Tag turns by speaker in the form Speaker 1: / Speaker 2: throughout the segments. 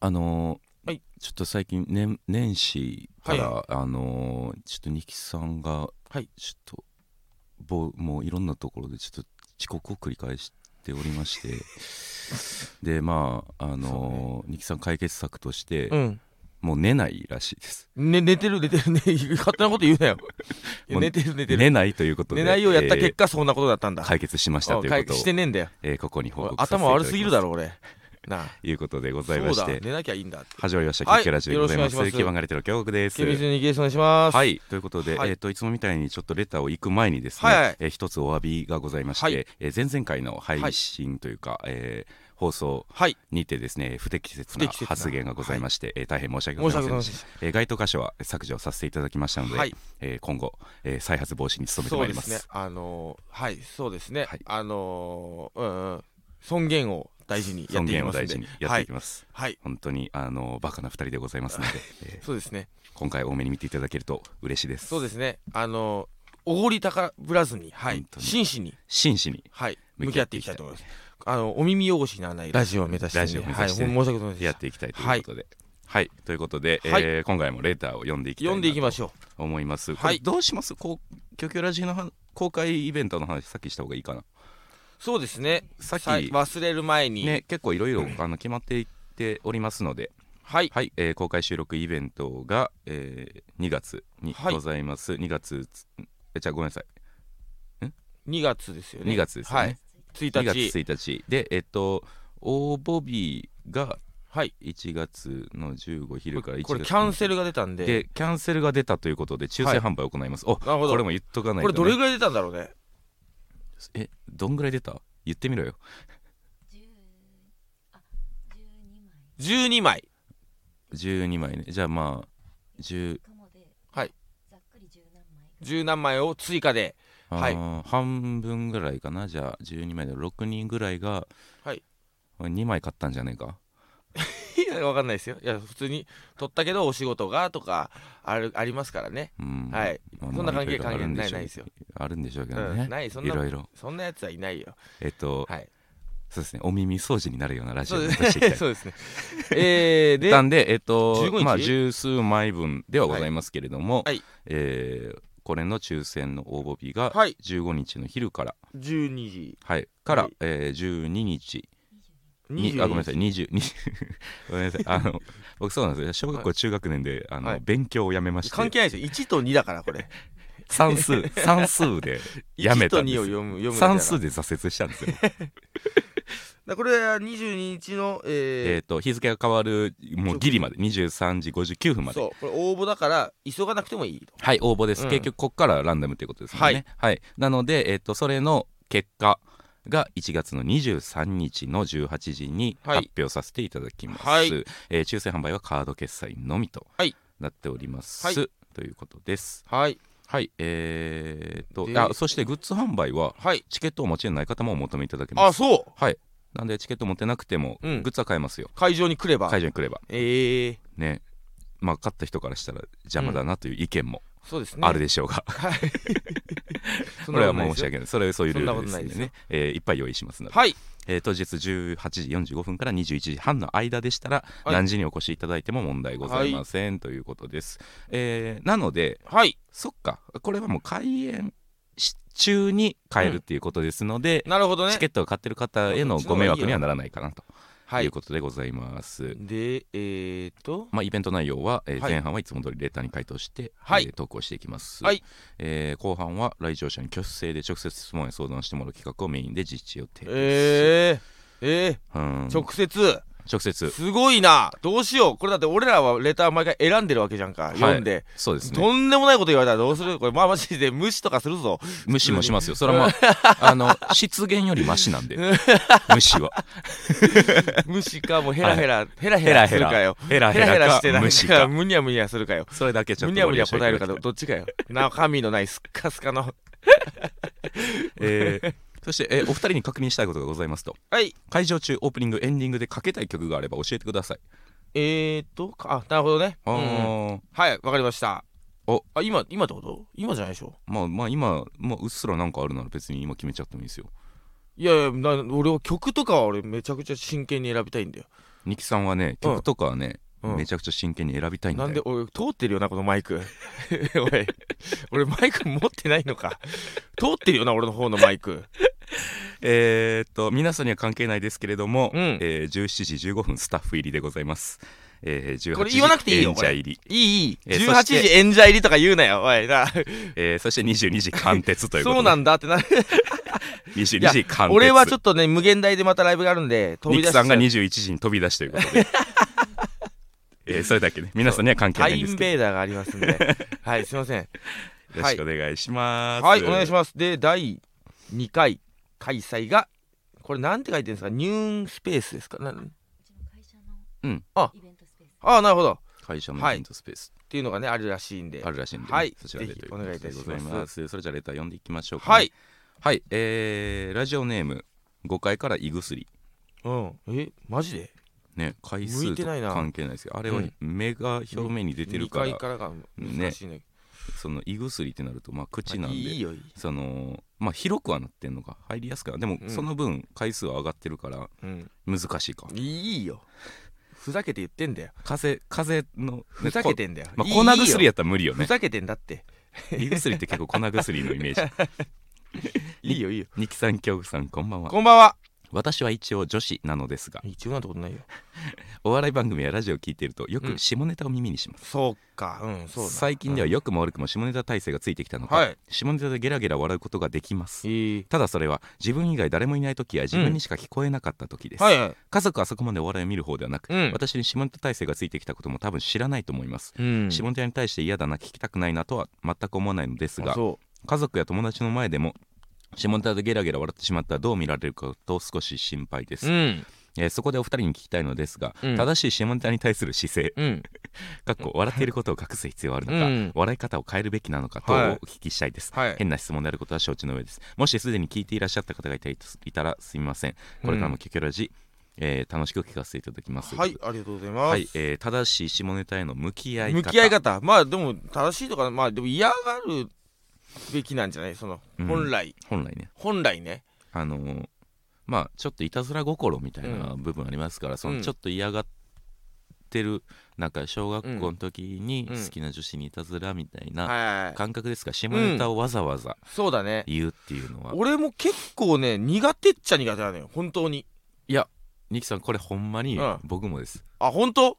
Speaker 1: あのー
Speaker 2: はい
Speaker 1: ちょっと最近年年始から、
Speaker 2: は
Speaker 1: あのーちょっと二木さんが、
Speaker 2: はい
Speaker 1: ちょっとぼもういろんなところでちょっと遅刻を繰り返しておりまして でまああのー二木、さん解決策として、
Speaker 2: うん
Speaker 1: もう寝ないらしいです
Speaker 2: ね、寝てる寝てる、ね、勝手なこと言うなよいや
Speaker 1: もう
Speaker 2: 寝てる寝てる
Speaker 1: 寝ないということで
Speaker 2: 寝ないようやった結
Speaker 1: え
Speaker 2: 果そんなことだったんだ
Speaker 1: ー解決しましたと
Speaker 2: うん
Speaker 1: いうこ
Speaker 2: 解
Speaker 1: とを
Speaker 2: 決してねえんだよ
Speaker 1: えーここに報告させていただき
Speaker 2: 頭悪
Speaker 1: ます
Speaker 2: すぎるだろ俺なあ
Speaker 1: ということでございま
Speaker 2: そう
Speaker 1: し
Speaker 2: だ
Speaker 1: て
Speaker 2: 寝なきゃいいんだって
Speaker 1: 始まりました「
Speaker 2: はい
Speaker 1: キッキャラジオ」でございま
Speaker 2: よろ
Speaker 1: す
Speaker 2: しくお願いします
Speaker 1: 基盤がれての京極です
Speaker 2: 厳密にゲーションします
Speaker 1: はいということで、
Speaker 2: は
Speaker 1: い
Speaker 2: い
Speaker 1: えー、といつもみたいにちょっとレターを行く前にですね、
Speaker 2: はいはい
Speaker 1: えー一つお詫びがございまして、
Speaker 2: はい
Speaker 1: えー前々回の配信というか、えー放送
Speaker 2: はい
Speaker 1: にてですね不適切
Speaker 2: 不
Speaker 1: な
Speaker 2: 適切な
Speaker 1: 発言がございまして、えー大変申し訳ご
Speaker 2: 申し
Speaker 1: ざい
Speaker 2: 訳
Speaker 1: ま
Speaker 2: ご
Speaker 1: せ
Speaker 2: ざい
Speaker 1: んでし
Speaker 2: ません
Speaker 1: たえー該当箇所は削除させていただきましたので、
Speaker 2: はい
Speaker 1: えー今後、えー再発防止に努めて
Speaker 2: そ
Speaker 1: ま
Speaker 2: う
Speaker 1: いり
Speaker 2: で
Speaker 1: ますす
Speaker 2: ねあのーはいそうですね、
Speaker 1: はい
Speaker 2: あのーうんうん尊厳を大事にや
Speaker 1: 尊
Speaker 2: っていき
Speaker 1: 厳
Speaker 2: ま
Speaker 1: を
Speaker 2: すん
Speaker 1: 大
Speaker 2: で
Speaker 1: 事にやっていきます、
Speaker 2: はい、はい、
Speaker 1: 本当にあのバカな二人でございます ので、えー
Speaker 2: そうですね
Speaker 1: 今回多めに見ていただけると嬉しいです
Speaker 2: そうですねあのーおごり高ぶらずに、はい
Speaker 1: 本、当に
Speaker 2: 真摯に、
Speaker 1: 真摯に
Speaker 2: はい、向
Speaker 1: 向
Speaker 2: き
Speaker 1: き
Speaker 2: 合
Speaker 1: 合
Speaker 2: っ
Speaker 1: ってて
Speaker 2: い
Speaker 1: い
Speaker 2: き
Speaker 1: き
Speaker 2: た
Speaker 1: た
Speaker 2: い
Speaker 1: い
Speaker 2: と
Speaker 1: と思い
Speaker 2: 思い
Speaker 1: ます
Speaker 2: ま。あのお耳汚しにならないラジオを目指して、
Speaker 1: ラジオを目指して
Speaker 2: はい、ほん申し訳ございません
Speaker 1: やっ
Speaker 2: で
Speaker 1: ていきたいと
Speaker 2: はい
Speaker 1: いうことで。はい、ということで、えー
Speaker 2: はい
Speaker 1: 今回もレーターを読んでい
Speaker 2: した
Speaker 1: きた
Speaker 2: 読んでい
Speaker 1: い
Speaker 2: き
Speaker 1: な
Speaker 2: ま
Speaker 1: と
Speaker 2: しょ
Speaker 1: 思います。
Speaker 2: はい
Speaker 1: これどうしますこう「キョキョラジのは公開イベントの話さっきした方がいいかな。
Speaker 2: う。そうですね。
Speaker 1: さっき
Speaker 2: さい忘れる前に、
Speaker 1: ね結構いろいろあの決まっていっておりますので、
Speaker 2: はい、
Speaker 1: はいえー公開収録イベントが、えー2月に
Speaker 2: はい
Speaker 1: ございます。2月つえじゃあごめんなさい
Speaker 2: 2月ですよね。
Speaker 1: 2月ですね
Speaker 2: はい、1
Speaker 1: 2
Speaker 2: 日。
Speaker 1: 月1日でえっと応募日が
Speaker 2: はい。
Speaker 1: 1月の15昼から1月
Speaker 2: これキャン
Speaker 1: ル
Speaker 2: セルが出たんで、
Speaker 1: でキャンセルが出たということで抽選販売を行います、お
Speaker 2: なるほど
Speaker 1: これも言っとかない、
Speaker 2: ことれ
Speaker 1: ね、
Speaker 2: どれぐらい出たんだろうね。
Speaker 1: えどんぐらい出た言ってみろよ
Speaker 2: 12枚。
Speaker 1: 12枚ねじゃあまあ10
Speaker 2: はい。10何枚を追加で、
Speaker 1: あー、
Speaker 2: はい
Speaker 1: 半分ぐらいかなじゃあ12枚で6人ぐらいが、
Speaker 2: はい、
Speaker 1: 2枚買ったんじゃねえか
Speaker 2: いや、わかんないですよ。いや、普通に取ったけど、お仕事がとかある、ありますからね。
Speaker 1: うん
Speaker 2: はい
Speaker 1: ま
Speaker 2: そんな関係
Speaker 1: いろいろあるんしょう
Speaker 2: 関係ないないですよ
Speaker 1: あるんでしょうけ
Speaker 2: う
Speaker 1: ど
Speaker 2: ん、
Speaker 1: ね、
Speaker 2: ない、そん
Speaker 1: い
Speaker 2: な
Speaker 1: ろいろ
Speaker 2: そんなやつはいないよ。
Speaker 1: えっと、
Speaker 2: はい。
Speaker 1: そうですねお耳掃除になるようなラジ
Speaker 2: そ
Speaker 1: オ
Speaker 2: う
Speaker 1: を目
Speaker 2: で
Speaker 1: 指
Speaker 2: す
Speaker 1: していきたい
Speaker 2: ね。 そうですね。えー、で、
Speaker 1: なんで、えっと
Speaker 2: 15日
Speaker 1: まあ、十数枚分ではございますけれども、
Speaker 2: はいはい
Speaker 1: えーこれの抽選の応募日が
Speaker 2: はい
Speaker 1: 15日の昼から、
Speaker 2: 12時
Speaker 1: はい、から、
Speaker 2: はい
Speaker 1: えー12日に
Speaker 2: 22
Speaker 1: あごめんなさい20 ごめんなさいあ の僕そうなんですよ小学校中学年であの、
Speaker 2: はい
Speaker 1: 勉強をやめまして
Speaker 2: 関係ないですよ1と2だか らこれ
Speaker 1: 算 数算数でやめ
Speaker 2: 1
Speaker 1: た
Speaker 2: と
Speaker 1: んで
Speaker 2: 2を
Speaker 1: すよ
Speaker 2: 読む読む
Speaker 1: 算数
Speaker 2: だ
Speaker 1: で挫折したんですよ
Speaker 2: からこれは22日の
Speaker 1: え
Speaker 2: え
Speaker 1: っと日付が変わるもうギリまで23時59分
Speaker 2: ー
Speaker 1: まで
Speaker 2: そうこれ応募だから急がなくてもいいと
Speaker 1: はい応募です、
Speaker 2: うん
Speaker 1: 結局ここからランダムということですもんねはい、なので、えっとそれの結果が1月の23日の18時に
Speaker 2: はい
Speaker 1: 発表させていただきます、
Speaker 2: はい
Speaker 1: えー抽選販売はカード決済のみと
Speaker 2: はい
Speaker 1: なっております、
Speaker 2: はい
Speaker 1: ということです
Speaker 2: はい
Speaker 1: はいえー、と
Speaker 2: で
Speaker 1: あそしてグッズ販売は
Speaker 2: はい
Speaker 1: チケットをお持ちでない方もお求めいただけま
Speaker 2: あ
Speaker 1: す
Speaker 2: そう
Speaker 1: はいなんでチケット持ってなくてもグ
Speaker 2: うん
Speaker 1: ッズは買えますよ、
Speaker 2: 会場に来れば
Speaker 1: 会場に来れば
Speaker 2: ええ
Speaker 1: ねまあ買った人からしたら邪魔だなという意見も
Speaker 2: そうですね
Speaker 1: あるでしょうが、
Speaker 2: そん
Speaker 1: これ
Speaker 2: なと
Speaker 1: は
Speaker 2: な
Speaker 1: も
Speaker 2: い
Speaker 1: 申
Speaker 2: うです
Speaker 1: し
Speaker 2: よ
Speaker 1: 訳ない。それそういうルールです
Speaker 2: そんなことない
Speaker 1: ん
Speaker 2: で
Speaker 1: です
Speaker 2: よ
Speaker 1: ね。えーいっぱい用意しますので。
Speaker 2: はい
Speaker 1: えー当日18時45分から21時半の間でしたら、
Speaker 2: はい
Speaker 1: 何時にお越しいただいても問題ございません、ということです。えーなので、
Speaker 2: はい
Speaker 1: そっか、これはもう開演し中に買えるっていうことですので、
Speaker 2: なるほどね
Speaker 1: チケットを買ってる方へのご迷惑にはならないかなと
Speaker 2: はいいう
Speaker 1: ことでございます。
Speaker 2: でえーと
Speaker 1: まあ、イベント内容は、えー
Speaker 2: はい
Speaker 1: 前半はいつも通りレターに回答して、
Speaker 2: はい
Speaker 1: えー投稿していきます、
Speaker 2: はい
Speaker 1: えー後半は来場者に挙手制で直接質問や相談してもらう企画をメインで実施予定です、
Speaker 2: えーえ
Speaker 1: うん
Speaker 2: ー直接
Speaker 1: 直接
Speaker 2: すごいなどうしようこれだって俺らはレター毎回選んでるわけじゃんか、
Speaker 1: い
Speaker 2: 読んで
Speaker 1: そうですね
Speaker 2: とんでもないこと言われたらどうするこれまあマジで無視とかするぞ
Speaker 1: 無視もし ますよそれはまああの失言よりマシなんで無視は
Speaker 2: 無視かもうヘラヘラ、ヘラヘ
Speaker 1: ヘ
Speaker 2: ラ
Speaker 1: ラ
Speaker 2: す
Speaker 1: ヘ
Speaker 2: る
Speaker 1: ラ
Speaker 2: かよ
Speaker 1: ヘラ
Speaker 2: ヘ
Speaker 1: ヘ
Speaker 2: ラヘラ
Speaker 1: ラ
Speaker 2: し
Speaker 1: か
Speaker 2: てなん
Speaker 1: 無視
Speaker 2: か
Speaker 1: か
Speaker 2: むにゃむにゃするかよ
Speaker 1: それだけちょっ
Speaker 2: む
Speaker 1: と
Speaker 2: にゃむにゃ
Speaker 1: ご了承い
Speaker 2: 答える
Speaker 1: た
Speaker 2: か
Speaker 1: だきたい
Speaker 2: どっちかよ中身のないすっかすかの
Speaker 1: え ー そして、えーお二人に確認したいことがございますと
Speaker 2: はい
Speaker 1: 会場中オープニングエンディングでかけたい曲があれば教えてください
Speaker 2: えーっとかあなるほどね、
Speaker 1: あ
Speaker 2: うんうん
Speaker 1: ー、
Speaker 2: はいわかりました
Speaker 1: お
Speaker 2: あ今今ってこと今じゃないでしょ
Speaker 1: まあまあ今、まあ、うっすらなんかあるなら別に今決めちゃってもいいですよ
Speaker 2: いやいやな俺は曲とかは俺めちゃくちゃ真剣に選びたいんだよ
Speaker 1: ニキさんはね
Speaker 2: うん
Speaker 1: 曲とかはね、
Speaker 2: うん
Speaker 1: めちゃくちゃ真剣に選びたいんだ
Speaker 2: な
Speaker 1: よ
Speaker 2: んで俺通ってるよなこのマ イク おい俺マイク持ってないのか通ってるよな俺の方のマイク
Speaker 1: えーっと皆さんには関係ないですけれども、
Speaker 2: うん
Speaker 1: えー17時15分スタッフ入りでございます、えー、18時
Speaker 2: これ言わなくていいよ
Speaker 1: 演者入り、
Speaker 2: いいいい
Speaker 1: えーそ
Speaker 2: 18
Speaker 1: して
Speaker 2: 時演者入りとか言うなよおいな
Speaker 1: えー、そして22時貫徹ということ
Speaker 2: そうなんだってな
Speaker 1: で22
Speaker 2: いや
Speaker 1: 時貫徹
Speaker 2: 俺はちょ
Speaker 1: っ
Speaker 2: っとね無限大でまたライブがあるんで飛び
Speaker 1: ニ
Speaker 2: 出
Speaker 1: キ
Speaker 2: し
Speaker 1: さんが
Speaker 2: イ
Speaker 1: 21時に飛び出しということで えー、それだけね皆さんには関係ないんで
Speaker 2: ン
Speaker 1: すけ
Speaker 2: ベーダーがありますんではいすいません
Speaker 1: どよろしくお願いします
Speaker 2: はいお願いし
Speaker 1: ま
Speaker 2: ますで第2回開催がこれなんて書いてるんですかニューンスペースですかな
Speaker 3: うちの会社の
Speaker 1: うん
Speaker 2: あ
Speaker 3: イベントスペース
Speaker 2: ああなるほどっ
Speaker 1: す会社のイベントスペース、
Speaker 2: ていうのがねあるらしいんで
Speaker 1: あるらしいんで、ね
Speaker 2: はい
Speaker 1: そちらで
Speaker 2: ぜひ
Speaker 1: ということ
Speaker 2: お願いいた
Speaker 1: で
Speaker 2: し
Speaker 1: ご
Speaker 2: ます
Speaker 1: ざいますそれじゃあレター読んでいきましょうかね、
Speaker 2: はい
Speaker 1: はいえー、ラジオネーム5階から胃薬
Speaker 2: うんえマジで
Speaker 1: ね、回
Speaker 2: 向
Speaker 1: 数
Speaker 2: いて
Speaker 1: と
Speaker 2: ないな
Speaker 1: 関係ないですけどあれは
Speaker 2: うん
Speaker 1: 目が表面に出てるから,、
Speaker 2: 二階からが難しいね
Speaker 1: その胃薬ってなるとまあ口なんで、
Speaker 2: いいよいい
Speaker 1: そのまあ広くはなってんのか入りやすくはでも
Speaker 2: うん
Speaker 1: その分回数は上がってるから
Speaker 2: うん
Speaker 1: 難しいか、
Speaker 2: いいよふざけて言ってんだよ
Speaker 1: 風風の、ね
Speaker 2: ふざけてんだよ、
Speaker 1: こ
Speaker 2: いい
Speaker 1: まあ、粉薬
Speaker 2: よ
Speaker 1: やったら無理よ
Speaker 2: ふ
Speaker 1: ね
Speaker 2: ざけてんだって
Speaker 1: 胃薬って結構粉薬のイメー ジ
Speaker 2: いいよいいよ
Speaker 1: ニキさん京子さんこんばんは
Speaker 2: こんばんは
Speaker 1: 私は一応女子なのですが
Speaker 2: 一応なんてことないよ
Speaker 1: お笑い番組やラジオを聞いているとよ
Speaker 2: う
Speaker 1: く
Speaker 2: ん
Speaker 1: 下ネタを耳にします、
Speaker 2: そうかうんそうだ
Speaker 1: 最近では良くも悪くも下ネタ体制がついてきたのか、
Speaker 2: はい
Speaker 1: 下ネタでゲラゲラ笑うことができます
Speaker 2: いい
Speaker 1: ただそれは自分以外誰もいない時や自分にしか聞こえなかった時です、
Speaker 2: はいはい
Speaker 1: 家族はそこまでお笑いを見る方ではなく、
Speaker 2: うん
Speaker 1: 私に下ネタ体制がついてきたことも多分知らないと思います、
Speaker 2: うん
Speaker 1: 下ネタに対して嫌だな聞きたくないなとは全く思わないのです
Speaker 2: あ
Speaker 1: が
Speaker 2: そ
Speaker 1: 家族や友達の前でも下ネタでゲラゲラ笑ってしまったらどう見られるかと少し心配です、
Speaker 2: ううん
Speaker 1: えーそこでお二人に聞きたいのですが、
Speaker 2: うん
Speaker 1: 正しい下ネタに対する姿勢
Speaker 2: うん
Speaker 1: かっこ笑っていることを隠す必要はあるのか、
Speaker 2: うん
Speaker 1: 笑い方を変えるべきなのかとお
Speaker 2: はい
Speaker 1: 聞きしたいです、
Speaker 2: はい
Speaker 1: 変な質問であることは承知の上ですもしすでに聞いていらっしゃった方がいたいいたらすみませんこれからもキョキョラジ、えー楽しく聞かせていただきます
Speaker 2: はいありがとうございます、
Speaker 1: はいえー正しい下ネタへの向き合い方
Speaker 2: 向き合い方まあでも正しいとかまあでも嫌がるべきなんじゃないその、
Speaker 1: うん
Speaker 2: 本来
Speaker 1: 本来ね
Speaker 2: 本来ね
Speaker 1: あのーまあちょっといたずら心みたいな部分ありますから、そうの
Speaker 2: ん
Speaker 1: ちょっと嫌がってるなんか小学校の時に
Speaker 2: うん
Speaker 1: 好きな女子にいたずらみたい
Speaker 2: はい
Speaker 1: な
Speaker 2: はいはい
Speaker 1: 感覚ですが下ネタをわざわざ
Speaker 2: そうだね
Speaker 1: 言うっていうのは
Speaker 2: 俺も結構ね苦手っちゃ苦手なのよ本当に
Speaker 1: ニキさんこれほんまに
Speaker 2: うん
Speaker 1: 僕もです、
Speaker 2: あ本当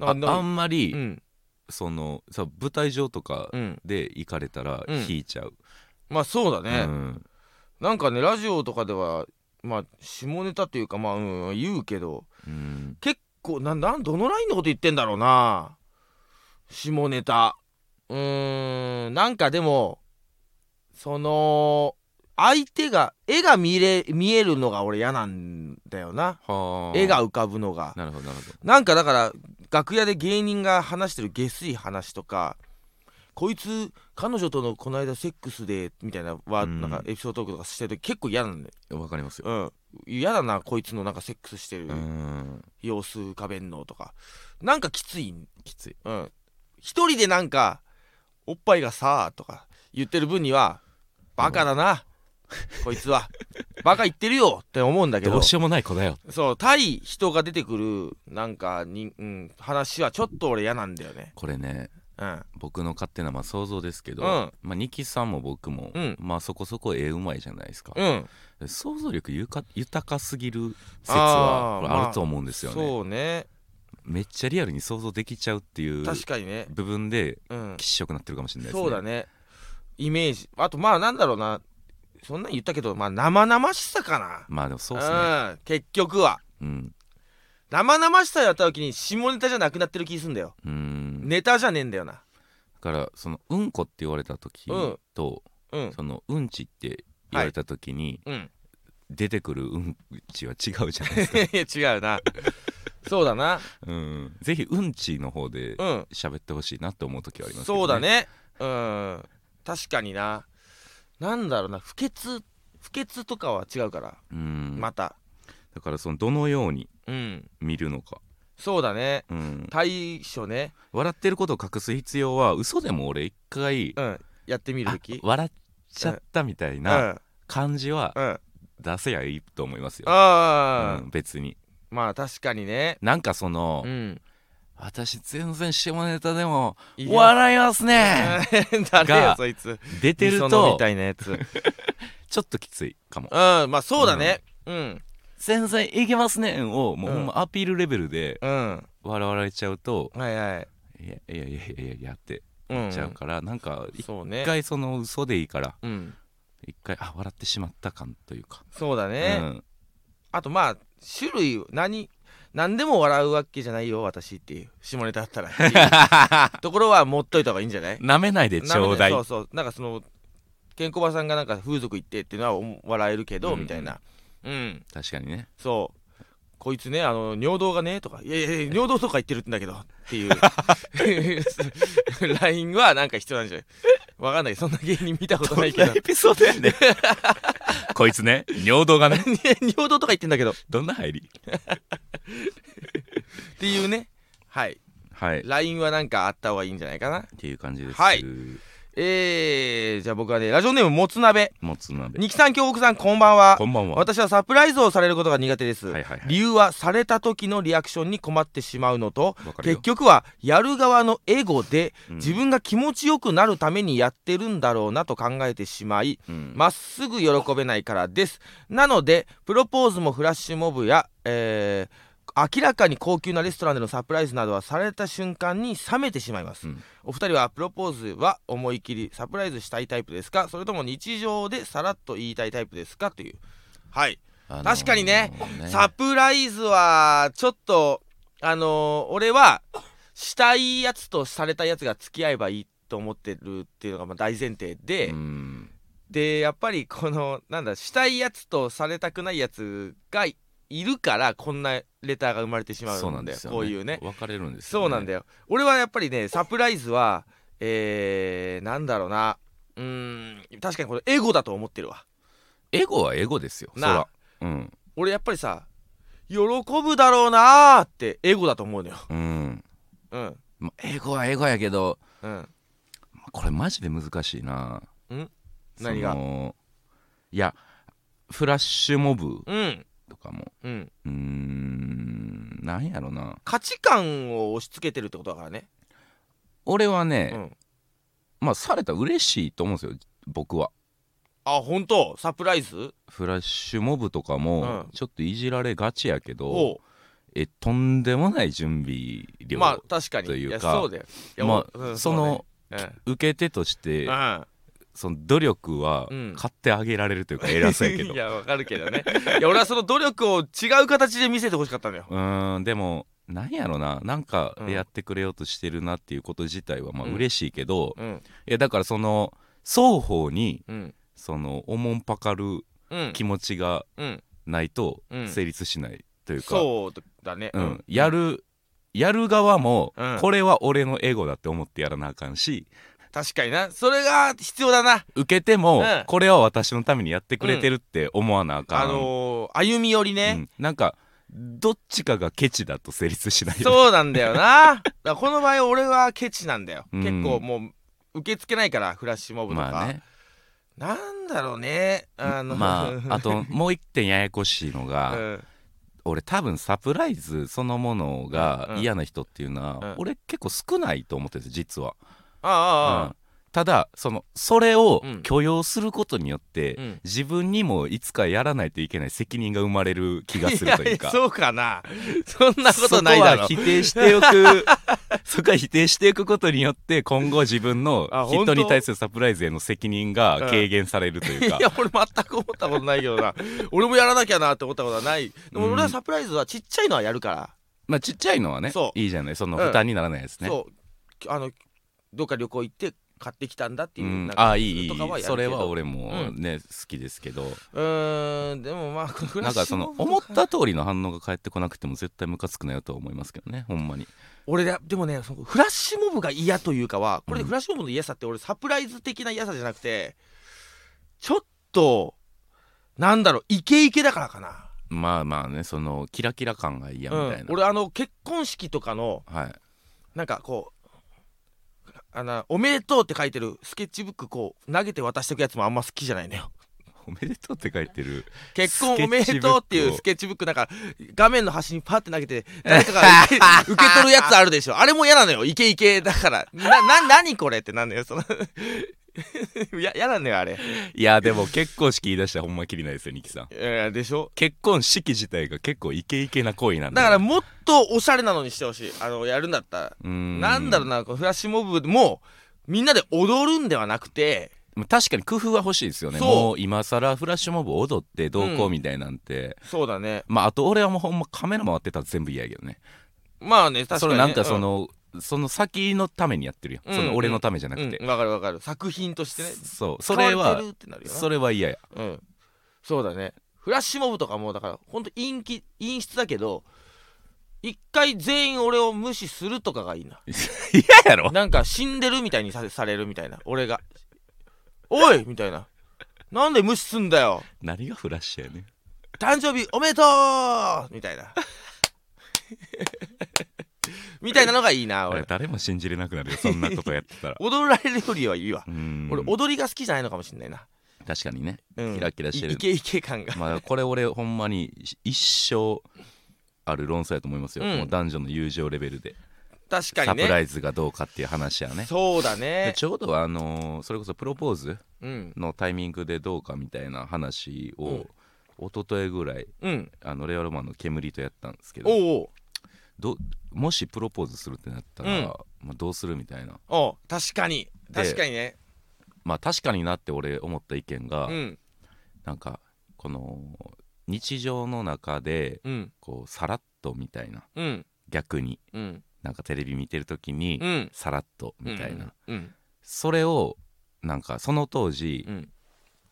Speaker 1: ああんまり、
Speaker 2: うん
Speaker 1: そのさ舞台上とか
Speaker 2: うん
Speaker 1: で行かれたら
Speaker 2: うん
Speaker 1: 引いちゃう、
Speaker 2: まあそうだ
Speaker 1: うん
Speaker 2: ね、なんかねラジオとかではまあ下ネタというかまあ、うん、言うけど
Speaker 1: うん
Speaker 2: 結構なんなんどのラインのこと言ってんだろうな下ネタうーんなんかでもその相手が絵が見れ見えるのが俺嫌なんだよな
Speaker 1: はあ
Speaker 2: 絵が浮かぶのが
Speaker 1: なるほどなるほど
Speaker 2: なんかだから楽屋で芸人が話してる下水話とかこいつ彼女とのこの間セックスでみたいなワー
Speaker 1: うん
Speaker 2: なんかエピソードトークとかしてる時結構嫌なんだよ、
Speaker 1: わかりますよ
Speaker 2: うん、嫌だなこいつのなんかセックスしてる
Speaker 1: うん
Speaker 2: 様子浮かべんのとかなんかきついん
Speaker 1: きつい
Speaker 2: うん一人でなんか「おっぱいがさ」とか言ってる分には「バカだなこいつはバカ言ってるよ」って思うんだけ
Speaker 1: ど
Speaker 2: ど
Speaker 1: うしようもない子だよ
Speaker 2: そう対人が出てくるなんかに、うん、話はちょっと俺嫌なんだよね
Speaker 1: これね
Speaker 2: うん
Speaker 1: 僕の勝手なまあ想像ですけど、
Speaker 2: うん
Speaker 1: まあ、ニキさんも僕も、
Speaker 2: うん
Speaker 1: まあそこそこ絵うまいじゃないですか、
Speaker 2: うん
Speaker 1: 想像力ゆか豊かすぎる説
Speaker 2: あー
Speaker 1: はこれ
Speaker 2: ま
Speaker 1: あ
Speaker 2: あ
Speaker 1: ると思うんですよね、
Speaker 2: そうね
Speaker 1: めっちゃリアルに想像できちゃうっていう
Speaker 2: 確かにね
Speaker 1: 部分で
Speaker 2: うん
Speaker 1: きっしょくなってるかもしれないですね
Speaker 2: そうだねイメージあとまあなんだろうなそんなん言ったけどまあ生々しさかな
Speaker 1: まあでもそうですね
Speaker 2: ん結局は
Speaker 1: うん
Speaker 2: 生々しさやった時に下ネタじゃなくなってる気すんだよ、
Speaker 1: うーん
Speaker 2: ネタじゃねえんだよな
Speaker 1: だからそのうんこって言われた時
Speaker 2: うん
Speaker 1: と、
Speaker 2: うん
Speaker 1: そのうんちって言われた時に
Speaker 2: うん
Speaker 1: 出てくるうんちは違うじゃないですか、
Speaker 2: いや違うなそうだな
Speaker 1: うん、ぜひうんちの方で
Speaker 2: うん
Speaker 1: 喋ってほしいなと思う時はありますけど、ね、
Speaker 2: そうだねうん確かにななんだろうな不潔不潔とかは違うから、
Speaker 1: うん、
Speaker 2: また
Speaker 1: だからそのどのように
Speaker 2: うん
Speaker 1: 見るのか、
Speaker 2: そうだね
Speaker 1: うん、
Speaker 2: 対処ね
Speaker 1: 笑ってることを隠す必要は嘘でも俺一回
Speaker 2: うんやってみる
Speaker 1: あ
Speaker 2: べき
Speaker 1: 笑っちゃったみたい
Speaker 2: うんう
Speaker 1: なん感じは
Speaker 2: あ
Speaker 1: 出せやいいと思いますよ、
Speaker 2: あ
Speaker 1: う、ん、別に
Speaker 2: まあ確かにね
Speaker 1: なんかその、
Speaker 2: うん
Speaker 1: 私全然下ネタでも
Speaker 2: いや
Speaker 1: 笑いますね
Speaker 2: 誰よ
Speaker 1: が
Speaker 2: そいつ
Speaker 1: 出てる
Speaker 2: みそのみ
Speaker 1: と
Speaker 2: たいなやつうん
Speaker 1: ちょっときついかも
Speaker 2: まあそうだねうん
Speaker 1: 全然いけますねんをもう
Speaker 2: うん
Speaker 1: ほんまアピールレベルで
Speaker 2: うん
Speaker 1: 笑われちゃうと、
Speaker 2: はいはい
Speaker 1: いやいやいやいやいやって
Speaker 2: う
Speaker 1: 言
Speaker 2: ん
Speaker 1: っちゃうから、なんか一
Speaker 2: そうね
Speaker 1: 回その嘘でいいから
Speaker 2: うん
Speaker 1: 一回あ笑ってしまった感というか、
Speaker 2: そうだ
Speaker 1: う
Speaker 2: ね
Speaker 1: ん、
Speaker 2: あとまあ種類何何でも笑うわけじゃないよ私っていう下ネタだったらっていう ところは持っといた方がいいんじゃない
Speaker 1: 舐めないでちょうだい
Speaker 2: なのでそうそうなんかそのケンコバさんがなんか風俗行ってっていうのはお笑えるけど、
Speaker 1: うん
Speaker 2: みたいなうん
Speaker 1: 確かにね
Speaker 2: そうこいつねあの尿道がねとかいやいやいや尿道とか言ってるんだけどっていう LINE はなんか必要なんじゃないわかんないそんな芸人見たことないけど
Speaker 1: ピソードやねんこいつね 尿道がね
Speaker 2: 尿道とか言ってんだけどっ
Speaker 1: どんな入り
Speaker 2: ていうねはい
Speaker 1: はいっ
Speaker 2: LINE はなんかあった方がいいんじゃないかな
Speaker 1: ていう感じです
Speaker 2: はいえー、じゃあ僕はねラジオネームもつ鍋
Speaker 1: もつ鍋
Speaker 2: 二木さん京極さんこんばんは
Speaker 1: こんばんは
Speaker 2: 私はサプライズをされることが苦手です、
Speaker 1: はいはいはい
Speaker 2: 理由はされた時のリアクションに困ってしまうのと
Speaker 1: わかるよ
Speaker 2: 結局はやる側のエゴで
Speaker 1: うん
Speaker 2: 自分が気持ちよくなるためにやってるんだろうなと考えてしまい
Speaker 1: うん
Speaker 2: まっすぐ喜べないからですなのでプロポーズもフラッシュモブや、えー明らかに高級なレストランでのサプライズなどはされた瞬間に冷めてしまいます、
Speaker 1: うん
Speaker 2: お二人はプロポーズは思い切りサプライズしたいタイプですかそれとも日常でさらっと言いたいタイプですかというはい
Speaker 1: あのー
Speaker 2: 確かにねサプライズはちょっとあのー俺はしたいやつとされたいやつが付き合えばいいと思ってるっていうのがまあ大前提で、
Speaker 1: うん
Speaker 2: でやっぱりこのなんだしたいやつとされたくないやつがいるからこんなレターが生まれてしまうんだよ
Speaker 1: そうなんですよ、ね、
Speaker 2: こういうね
Speaker 1: 分かれるんですよ、ね、
Speaker 2: そうなんだ
Speaker 1: よ
Speaker 2: よ俺はやっぱりねサプライズはえー、なんだろうなうーん確かにこれエゴだと思ってるわ
Speaker 1: エゴはエゴですよそ
Speaker 2: なあ
Speaker 1: らうん
Speaker 2: 俺やっぱりさ喜ぶだろうなーってエゴだと思うのよ
Speaker 1: うん
Speaker 2: うん
Speaker 1: まエゴはエゴやけど
Speaker 2: うん
Speaker 1: これマジで難しいなん
Speaker 2: 何が
Speaker 1: そのいやフラッシュモブ
Speaker 2: うん
Speaker 1: とかも
Speaker 2: うん
Speaker 1: うーんなんやろな
Speaker 2: 価値観を押し付けてるってことだからね
Speaker 1: 俺はね、
Speaker 2: うん
Speaker 1: まあされたら嬉しいと思うんですよ僕は
Speaker 2: あ本当サプライズ
Speaker 1: フラッシュモブとかも
Speaker 2: うん
Speaker 1: ちょっといじられがちやけど、
Speaker 2: おう
Speaker 1: えとんでもない準備量、
Speaker 2: まあ確かに
Speaker 1: というか
Speaker 2: やそうだよいや
Speaker 1: まあ
Speaker 2: うん
Speaker 1: その
Speaker 2: そうね
Speaker 1: 受け手として
Speaker 2: うん
Speaker 1: その努力は
Speaker 2: うん
Speaker 1: 買ってあげられるというか偉そうやけど
Speaker 2: いうやわかるけどねいや俺はその努力を違う形で見せてほしかったのよ
Speaker 1: ーんでもなんやろななんか
Speaker 2: うん
Speaker 1: やってくれようとしてるなっていうこと自体はまあ
Speaker 2: うん
Speaker 1: 嬉しいけど、
Speaker 2: うん
Speaker 1: いやだからその双方に
Speaker 2: うん
Speaker 1: そのおもんぱかる
Speaker 2: うん
Speaker 1: 気持ちが
Speaker 2: うん
Speaker 1: ないと
Speaker 2: うん
Speaker 1: 成立しないというか、
Speaker 2: そうだね
Speaker 1: うんやるやる側も、
Speaker 2: うん
Speaker 1: これは俺のエゴだって思ってやらなあかんし
Speaker 2: 確かになそれが必要だな
Speaker 1: 受けても、
Speaker 2: うん
Speaker 1: これは私のためにやってくれてるって思わなあかん、
Speaker 2: あのー歩み寄り
Speaker 1: う
Speaker 2: ね
Speaker 1: んなんかどっちかがケチだと成立しない
Speaker 2: そうなんだよなだからこの場合俺はケチなんだよ
Speaker 1: うん
Speaker 2: 結構もう受け付けないからフラッシュモブと
Speaker 1: まあ
Speaker 2: か
Speaker 1: ね
Speaker 2: なんだろうねあの
Speaker 1: ま ああともう一点ややこしいのが、
Speaker 2: うん
Speaker 1: 俺多分サプライズそのものが
Speaker 2: うん
Speaker 1: 嫌な人っていうのは、
Speaker 2: うん
Speaker 1: 俺結構少ないと思ってて実は、う
Speaker 2: あ
Speaker 1: んただそのそれを
Speaker 2: うん
Speaker 1: 許容することによって、
Speaker 2: うん
Speaker 1: 自分にもいつかやらないといけない責任が生まれる気
Speaker 2: あああ
Speaker 1: がする
Speaker 2: や
Speaker 1: というか
Speaker 2: そうかなそんなことないだろ
Speaker 1: そこは否定してお くそこは否定していくことによって今後自分の
Speaker 2: あ本当
Speaker 1: 人に対するサプライズへの責任が軽減されるというか
Speaker 2: い、や俺全く思ったことないけどな俺もやらなきゃなって思ったことはないでも
Speaker 1: うん
Speaker 2: 俺はサプライズはちっちゃいのはやるから、
Speaker 1: まあちっちゃいのはね
Speaker 2: そう
Speaker 1: いいじゃないその
Speaker 2: うん
Speaker 1: 負担にならないですね、
Speaker 2: そうあのどっか旅行行って買ってきたんだっていう、
Speaker 1: うん
Speaker 2: なんか
Speaker 1: ああいいいい
Speaker 2: とかはやるけど
Speaker 1: それは俺も
Speaker 2: うん
Speaker 1: ね、好きですけど
Speaker 2: うーんでもまあこれ
Speaker 1: なんかその思った通りの反応が返ってこなくても絶対ムカつくなよとは思いますけどねほんまに
Speaker 2: 俺だでもねそのフラッシュモブが嫌というかはこれ
Speaker 1: うん
Speaker 2: フラッシュモブの嫌さって俺サプライズ的な嫌さじゃなくてちょっとなんだろうイケイケだからかな
Speaker 1: まあまあねそのキラキラ感が嫌みたいな、
Speaker 2: うん、俺あの結婚式とかの
Speaker 1: はい
Speaker 2: なんかこうあの「おめでとう」って書いてるスケッチブックこう投げて渡してくやつもあんま好きじゃないのよ
Speaker 1: おめでとうって書いてる
Speaker 2: 結婚
Speaker 1: スケッチブックを
Speaker 2: おめでとうっていうスケッチブックなんか画面の端にパッて投げて誰かが受け 受け取るやつあるでしょあれも嫌なのよイケイケだからなな何これってなんのよその いや嫌なのよあれ
Speaker 1: いやでも結婚式言い出したらほんまきりないですよニキさん
Speaker 2: いやでしょ
Speaker 1: 結婚式自体が結構イケイケな行為なん
Speaker 2: だからもっとおしゃれなのにしてほしいあのやるんだったら
Speaker 1: うーん
Speaker 2: なんだろうなこうフラッシュモブもみんなで踊るんではなくて
Speaker 1: まあ確かに工夫は欲しいですよね
Speaker 2: そう
Speaker 1: もう今さらフラッシュモブ踊ってどうこうみたいなんて、
Speaker 2: そうだね
Speaker 1: まああと俺はもうほんまカメラ回ってたら全部嫌やけどね
Speaker 2: まあね確かに
Speaker 1: そ
Speaker 2: ね
Speaker 1: れなんかそ
Speaker 2: うん
Speaker 1: の、その先のためにやってるやん、
Speaker 2: うん
Speaker 1: その俺のためじゃなくて、
Speaker 2: うんわかるわかる作品としてね
Speaker 1: そうそれ
Speaker 2: 使わ
Speaker 1: は
Speaker 2: てるってなるよな
Speaker 1: それは 嫌や
Speaker 2: うんそうだねフラッシュモブとかもだからほんと陰気陰湿だけど一回全員俺を無視するとかがいいな
Speaker 1: 嫌やろ
Speaker 2: なんか死んでるみたいにさされるみたいな俺が「おい!」みたいな「なんで無視すんだよ
Speaker 1: 何がフラッシュやねん
Speaker 2: 誕生日おめでとう!」みたいな みたいなのがいい
Speaker 1: あ
Speaker 2: な
Speaker 1: れ
Speaker 2: 俺
Speaker 1: 誰も信じれなくなるよそんなことやってた ら
Speaker 2: 踊られるよりはいいわ
Speaker 1: うーん
Speaker 2: 俺踊りが好きじゃないのかもしんないな、
Speaker 1: 確かにね
Speaker 2: うん、
Speaker 1: キラキラしてる
Speaker 2: いイケイケ感が
Speaker 1: まあこれ俺ほんまに一生ある論争やと思いますよ、
Speaker 2: うん
Speaker 1: この男女の友情レベルで、
Speaker 2: 確か
Speaker 1: サ
Speaker 2: にね
Speaker 1: プライズがどうかっていう話やね
Speaker 2: そうだ
Speaker 1: で
Speaker 2: ね
Speaker 1: ちょうどあのーそれこそプロポーズ
Speaker 2: うん
Speaker 1: のタイミングでどうかみたいな話を、一昨日ぐらい
Speaker 2: うん
Speaker 1: あのレオロマンの煙とやったんですけど
Speaker 2: おう
Speaker 1: どもしプロポーズするってなったら、
Speaker 2: うん
Speaker 1: まあ、どうするみたいな
Speaker 2: おうおう確かに
Speaker 1: で
Speaker 2: 確かにね
Speaker 1: まあ確かになって俺思った意見が、
Speaker 2: うん
Speaker 1: なんかこの日常の中で
Speaker 2: うん
Speaker 1: こうさらっとみたいな
Speaker 2: うん
Speaker 1: 逆に
Speaker 2: うん
Speaker 1: なんかテレビ見てる時に、
Speaker 2: うん
Speaker 1: さらっとみたいな、
Speaker 2: うん
Speaker 1: それをなんかその当時、
Speaker 2: うん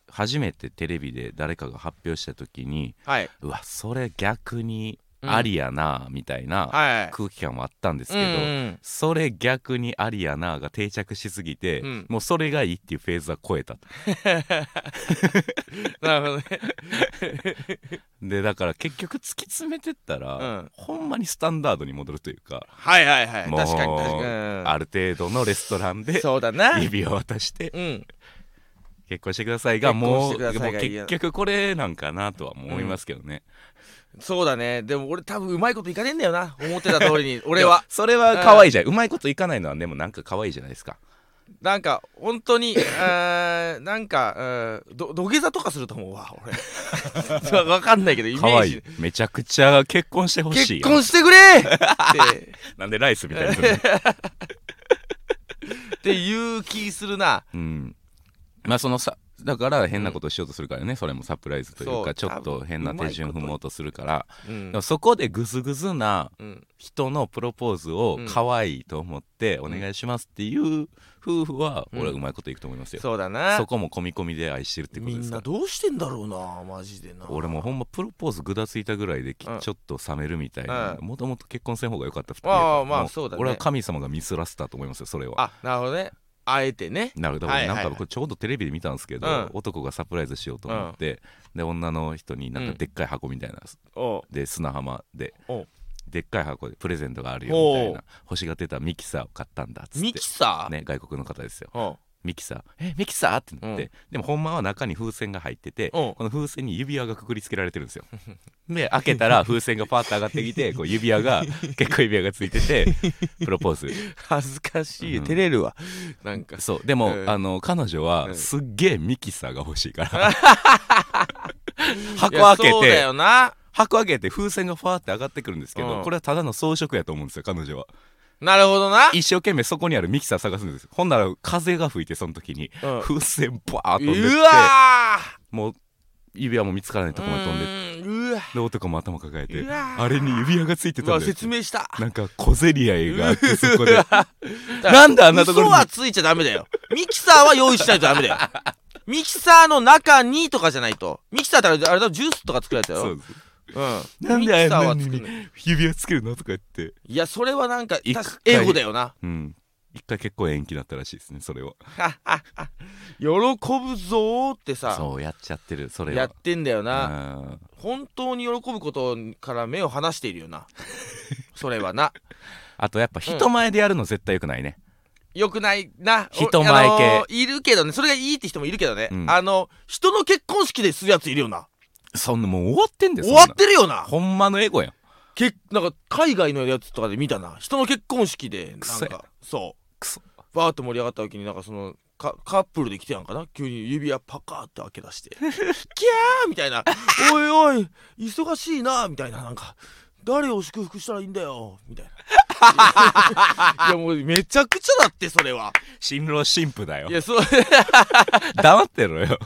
Speaker 1: 初めてテレビで誰かが発表した時に
Speaker 2: はい、
Speaker 1: うわそれ逆にありやなみたいな
Speaker 2: はい
Speaker 1: 空気感もあったんですけど、
Speaker 2: うん
Speaker 1: それ逆にありやなが定着しすぎて、
Speaker 2: うん
Speaker 1: もうそれがいいっていうフェーズは超えたと
Speaker 2: うんなるほどね
Speaker 1: でだから結局突き詰めてったら、
Speaker 2: うん
Speaker 1: ほんまにスタンダードに戻るというか、
Speaker 2: はいはいはい
Speaker 1: もう
Speaker 2: 確かに確かにうん
Speaker 1: ある程度のレストランで
Speaker 2: そうだな
Speaker 1: 指を渡して
Speaker 2: うん
Speaker 1: 結婚してくださいがもう
Speaker 2: 結婚してくださ
Speaker 1: も
Speaker 2: いうが
Speaker 1: 結局これなんかなとは思いますけどね、
Speaker 2: そうだねでも俺多分うまいこといかねえんだよな思ってた通 りに俺は
Speaker 1: それは可愛いじゃないうまいこといかないのはでもなんか可愛いじゃないですか
Speaker 2: なんか本当にあーなんかうーど土下座とかすると思うわ俺 わかんないけどイメ
Speaker 1: 可
Speaker 2: ー
Speaker 1: 愛い
Speaker 2: ジ
Speaker 1: めちゃくちゃ結婚してほし
Speaker 2: 結
Speaker 1: い
Speaker 2: 婚してくれって
Speaker 1: なんでライスみたいなの ね
Speaker 2: っていう気するな
Speaker 1: うんまあそのさだから変なことしようとするからね、それもサプライズという
Speaker 2: そ
Speaker 1: か
Speaker 2: う
Speaker 1: ちょっと変な手順踏もうとするから
Speaker 2: うん
Speaker 1: でもそこでグズグズな
Speaker 2: うん
Speaker 1: 人のプロポーズを可愛いと思ってお願いしますっていう夫婦は
Speaker 2: うん
Speaker 1: 俺はうまいこといくと思いますよ、
Speaker 2: そうだな
Speaker 1: そこも込み込みで愛してるってこ
Speaker 2: み
Speaker 1: とで
Speaker 2: ん
Speaker 1: す
Speaker 2: な
Speaker 1: から
Speaker 2: どうしてんだろうなマジでな
Speaker 1: 俺もうほんまプロポーズぐだついたぐらいでき、
Speaker 2: うん
Speaker 1: ちょっと冷めるみたいな、
Speaker 2: う
Speaker 1: もともと結婚せん方が良かった二人
Speaker 2: ああまあ
Speaker 1: も
Speaker 2: そうだね
Speaker 1: 俺は神様がミスらせたと思いますよそれは
Speaker 2: あなるほどねあえてね
Speaker 1: なるだから
Speaker 2: はいはい
Speaker 1: な
Speaker 2: はい
Speaker 1: んか僕ちょうどテレビで見たんですけど、
Speaker 2: うん
Speaker 1: 男がサプライズしようと思って、で女の人になんかでっかい箱みたいな、
Speaker 2: おう
Speaker 1: で砂浜で
Speaker 2: おう
Speaker 1: でっかい箱でプレゼントがあるよみたい
Speaker 2: おう
Speaker 1: な欲しがってたミキサーを買ったんだっつって
Speaker 2: ミキサー、
Speaker 1: ね、外国の方ですよ
Speaker 2: おう
Speaker 1: ミキサーえミキサーってなって、
Speaker 2: うん
Speaker 1: でもほんまは中に風船が入ってて、
Speaker 2: うん
Speaker 1: この風船に指輪がくくりつけられてるんです よで開けたら風船がパーッと上がってきてこう指輪 が結構指輪がついててプロポーズ
Speaker 2: 恥ずかしい、
Speaker 1: うん
Speaker 2: 照れるわなんか
Speaker 1: そうでも、
Speaker 2: うん
Speaker 1: あの彼女
Speaker 2: う
Speaker 1: は
Speaker 2: ん
Speaker 1: すっげえミキサーが欲しいから
Speaker 2: い
Speaker 1: 箱
Speaker 2: や
Speaker 1: 開け
Speaker 2: そうだ
Speaker 1: て
Speaker 2: よな
Speaker 1: 箱開けて風船がファーって上がってくるんですけど、
Speaker 2: うん
Speaker 1: これはただの装飾やと思うんですよ彼女は
Speaker 2: なるほどな、
Speaker 1: 一生懸命そこにあるミキサー探すんですほんなら風が吹いてその時に
Speaker 2: うん
Speaker 1: 風船バーッと飛んでって
Speaker 2: うわー
Speaker 1: もう指輪も見つからないとこまで飛んでって
Speaker 2: うーんうわ
Speaker 1: で男も頭抱えて
Speaker 2: うわ
Speaker 1: あれに指輪がついて
Speaker 2: う
Speaker 1: たん
Speaker 2: わ
Speaker 1: だよ
Speaker 2: 説明した
Speaker 1: なんか小競り合いがあ ってそこ
Speaker 2: う
Speaker 1: で
Speaker 2: わ
Speaker 1: なんであんなところに
Speaker 2: 嘘はついちゃダメだよミキサーは用意しないとダメだ よミキサーの中にとかじゃないとミキサーってあれあれだろジュースとか作られたよ
Speaker 1: そうです
Speaker 2: うん、
Speaker 1: なんであん
Speaker 2: ミキサー
Speaker 1: な
Speaker 2: は
Speaker 1: の
Speaker 2: 作
Speaker 1: に
Speaker 2: んない
Speaker 1: 指輪つけるのとか言って
Speaker 2: いやそれはなんか
Speaker 1: 一
Speaker 2: 確か
Speaker 1: 回
Speaker 2: エゴだよな
Speaker 1: うん一回結構延期だったらしいですねそれを
Speaker 2: 喜ぶぞーってさ
Speaker 1: そうやっちゃってるそれ
Speaker 2: や
Speaker 1: は
Speaker 2: ってんだよな
Speaker 1: あー
Speaker 2: 本当に喜ぶことから目を離しているよな それはな
Speaker 1: あとやっぱ人前でやるの絶対よくないね
Speaker 2: よくないなお
Speaker 4: 人前系
Speaker 2: あのいるけどねそれがいいって人もいるけどね、
Speaker 1: うん
Speaker 2: あの人の結婚式でするやついるよな
Speaker 1: そんなもう終わってんです
Speaker 2: 終わってるよな
Speaker 1: ほんまのエゴやん
Speaker 2: けなんか海外のやつとかで見たな人の結婚式で
Speaker 1: ク
Speaker 2: なん
Speaker 1: ソや
Speaker 2: かそ
Speaker 1: クソ
Speaker 2: うバーッと盛り上がった時になんかそのカカップルで来てやんかな急に指輪パカーって開け出して キャーみたいな「おいおい忙しいな」みたいななんか「誰を祝福したらいいんだよ」みたい ないやもうめちゃくちゃだってそれは
Speaker 1: 新郎新婦だよ
Speaker 2: いやそう
Speaker 1: 黙ってろよ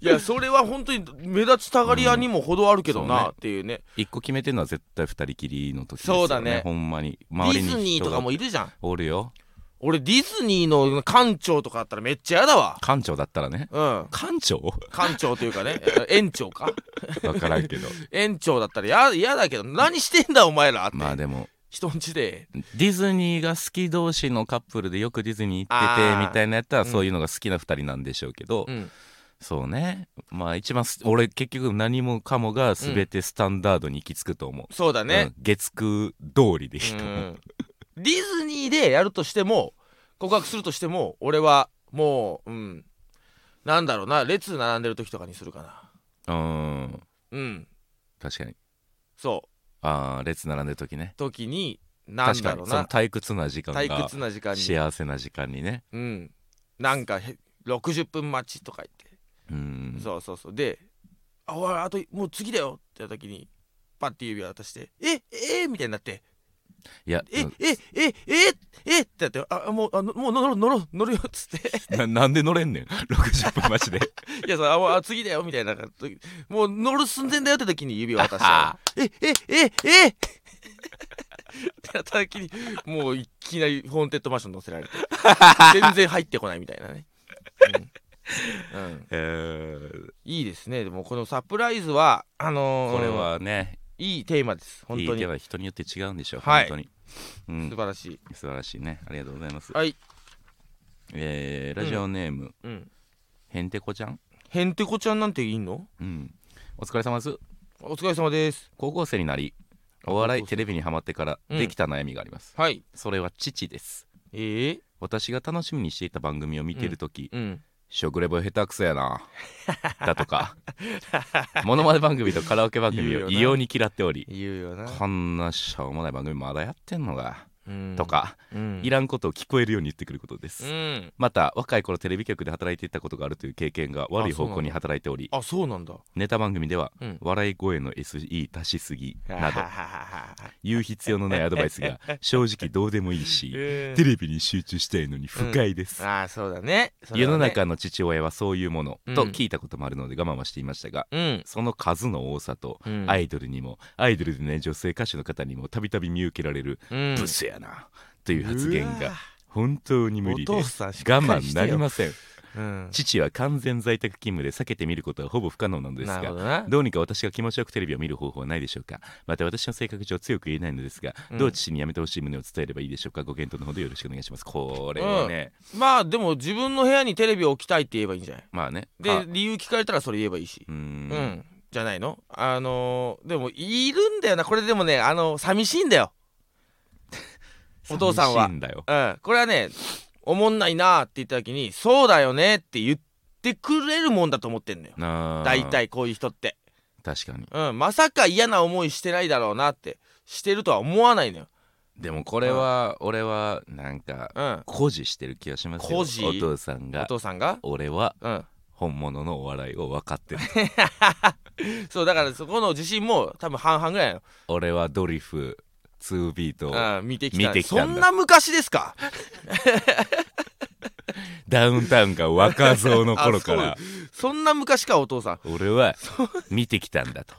Speaker 2: いやそれは本当に目立ちたがり屋にも程あるけどなっていうね,、
Speaker 1: 一個決めてるのは絶対二人きりの時ですよ、
Speaker 2: そうだね
Speaker 1: ほんまに
Speaker 2: ディズニーとかも
Speaker 1: い
Speaker 2: いるじゃん
Speaker 1: おるよ
Speaker 2: 俺ディズニーの館長とかあったらめっちゃ嫌だわ
Speaker 1: 館長だったらね
Speaker 2: うん
Speaker 1: 館 長
Speaker 2: 館長というかね 園長か
Speaker 1: わからんけど
Speaker 2: 園長だったらや嫌だけど何してんだお前らって、
Speaker 1: まあでも
Speaker 2: 人んちで
Speaker 1: ディズニーが好き同士のカップルでよくディズニー行って
Speaker 2: あー
Speaker 1: てみたいなやったら
Speaker 2: うん
Speaker 1: そういうのが好きな二人なんでしょうけど、
Speaker 2: うん
Speaker 1: そうねまあ一番す俺結局何もかもが全てスタンダードに行き着くと思う、
Speaker 2: そうだ
Speaker 1: う
Speaker 2: ね
Speaker 1: ん、月9通りでいいと
Speaker 2: う
Speaker 1: 思うん
Speaker 2: ディズニーでやるとしても告白するとしても俺はもううんなんだろうな列並んでる時とかにするかな
Speaker 1: うん
Speaker 2: うん
Speaker 1: 確かに
Speaker 2: そう
Speaker 1: ああ列並んでる時ね
Speaker 2: 時になん
Speaker 1: 確
Speaker 2: だ
Speaker 1: か
Speaker 2: ろ
Speaker 1: に
Speaker 2: う
Speaker 1: その
Speaker 2: な
Speaker 1: 退屈な時間
Speaker 2: 退
Speaker 1: が
Speaker 2: 屈な時間に、
Speaker 1: 幸せな時間にね
Speaker 2: うん、なんかへ60分待ちとか言って、
Speaker 1: うん
Speaker 2: そうそうそうで「あおいあともう次だよ」って時にパッて指を渡して「えええみたいになって
Speaker 1: いや
Speaker 2: 「え、えええええってなって「あもうあのもう乗ろう乗ろう乗るよ」っつって
Speaker 1: な なんで乗れん ねん60分待ちで
Speaker 2: 「いやさあもうあ次だよ」みたいな時もう乗る寸前だよって時に指を渡して「えええええ ってなった時にもういきなりホーンテッドマンション乗せら れて。全然入ってこないみたいなね、うんうん
Speaker 1: え ー
Speaker 2: いいですねでもこのサプライズはあのー
Speaker 1: これはね
Speaker 2: いいテーマです本
Speaker 1: いい
Speaker 2: 当に
Speaker 1: 手は人によって違うんでしょう、
Speaker 2: はい
Speaker 1: 本当
Speaker 2: 素
Speaker 1: に、
Speaker 2: 晴らしい
Speaker 1: うん、素晴らしいねありがとうございます、
Speaker 2: はい
Speaker 1: えーラジオネーム、
Speaker 2: うん
Speaker 1: へんてこちゃん、
Speaker 2: へんてこちゃんなんていいの
Speaker 1: うん、お疲れ様です
Speaker 2: お疲れ様です
Speaker 1: 高校生になりお笑いテレビにハマってから
Speaker 2: うん
Speaker 1: できた悩みがあります、
Speaker 2: はい
Speaker 1: それは父です
Speaker 2: えー、
Speaker 1: 私が楽しみにしていた番組を見ている時、
Speaker 2: うん
Speaker 1: 食レポ下手くそやなだとかモノマネ番組とカラオケ番組
Speaker 2: 言うよ
Speaker 1: を
Speaker 2: な
Speaker 1: 異様に嫌っており
Speaker 2: 言うよな
Speaker 1: こんなしょうもない番組まだやってんのが、
Speaker 2: うん
Speaker 1: とか
Speaker 2: うん
Speaker 1: いらんことを聞こえるように言ってくることで
Speaker 2: う
Speaker 1: す、
Speaker 2: ん
Speaker 1: また若い頃テレビ局で働いていたことがあるという経験が悪い
Speaker 2: あそう
Speaker 1: 方向
Speaker 2: なんだ
Speaker 1: に働いており
Speaker 2: あそうなんだ
Speaker 1: ネタ番組では、
Speaker 2: うん
Speaker 1: 笑い声の SE 足しすぎなど
Speaker 2: など
Speaker 1: 言う必要のないアドバイスが正直どうでもいいし、
Speaker 2: え
Speaker 1: テレビに集中したいのに不快です、
Speaker 2: あーそうだねそれ
Speaker 1: 世の
Speaker 2: はね
Speaker 1: 中の父親はそういうもの、
Speaker 2: うん
Speaker 1: と聞いたこともあるので我慢はしていましたが
Speaker 2: うん
Speaker 1: その数の多さと、
Speaker 2: うん
Speaker 1: アイドルにもアイドルでね女性歌手の方にもたびたび見受けられる、
Speaker 2: うん
Speaker 1: ブスやなという発言
Speaker 2: うわ
Speaker 1: が本当に無理で
Speaker 2: お
Speaker 1: 我
Speaker 2: 父さんしっかり
Speaker 1: 慢
Speaker 2: し
Speaker 1: な
Speaker 2: て
Speaker 1: り
Speaker 2: よ
Speaker 1: ません
Speaker 2: うん
Speaker 1: 父は完全在宅勤務で避けて見ることはほぼ不可能なのです
Speaker 2: なるほ
Speaker 1: が
Speaker 2: どな
Speaker 1: どうにか私が気持ちよくテレビを見る方法はないでしょうかまた私の性格上強く言えないのですが、
Speaker 2: うん
Speaker 1: どう父にやめてほしい旨を伝えればいいでしょうかご検討のほどよろしくお願いしますこれはね、
Speaker 2: まあでも自分の部屋にテレビを置きたいって言えばいいんじゃない
Speaker 1: まあねあ
Speaker 2: で理由聞かれたらそれ言えばいいし
Speaker 1: うー
Speaker 2: うんん、じゃないのあのーでもいるんだよなこれでもねあの寂しいん だよお父さんは
Speaker 1: 寂しいだよ
Speaker 2: うんこれはねおもんないなーって言った時に「そうだよね」って言ってくれるもんだと思ってんのよ
Speaker 1: なあ
Speaker 2: 大体こういう人って、
Speaker 1: 確かに
Speaker 2: うん、まさか嫌な思いしてないだろうなってしてるとは思わないのよ、
Speaker 1: でもこれは俺はなんか
Speaker 2: うん、
Speaker 1: 誇示してる気がしますよ
Speaker 2: 誇示
Speaker 1: お父さん
Speaker 2: お
Speaker 1: が
Speaker 2: 父さんが、
Speaker 1: 俺は
Speaker 2: うん、
Speaker 1: 本物のお笑いを分かって る
Speaker 2: そうだからそこの自信も多分半々ぐらいな
Speaker 1: 俺はドリフ2ビート
Speaker 2: の、うん、見てきた
Speaker 1: 見てきたんだ
Speaker 2: そんな昔ですか
Speaker 1: ダウンタウンが若造の頃か
Speaker 2: あ
Speaker 1: ら
Speaker 2: そんな昔かお父さん
Speaker 1: 俺は見てきたんだと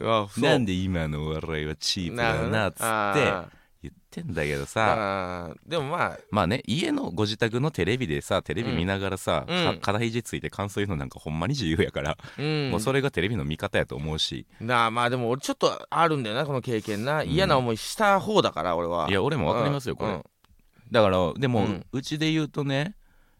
Speaker 2: あ そう
Speaker 1: なんで今のお笑いはチープだなっつって言ってんだけどさ
Speaker 2: あーでもまあ
Speaker 1: まあね家のご自宅のテレビでさテレビ見ながらさ、
Speaker 2: う
Speaker 1: か
Speaker 2: ん
Speaker 1: 肩肘ついて感想言うのなんかほんまに自由やから、
Speaker 2: うん
Speaker 1: もうそれがテレビの見方やと思うし
Speaker 2: なあまあでも俺ちょっとあるんだよなこの経験な嫌な思いした方だから俺はい
Speaker 1: や俺もわかりますよこれ
Speaker 2: うん
Speaker 1: だからでも、
Speaker 2: う
Speaker 1: うんちで言うとね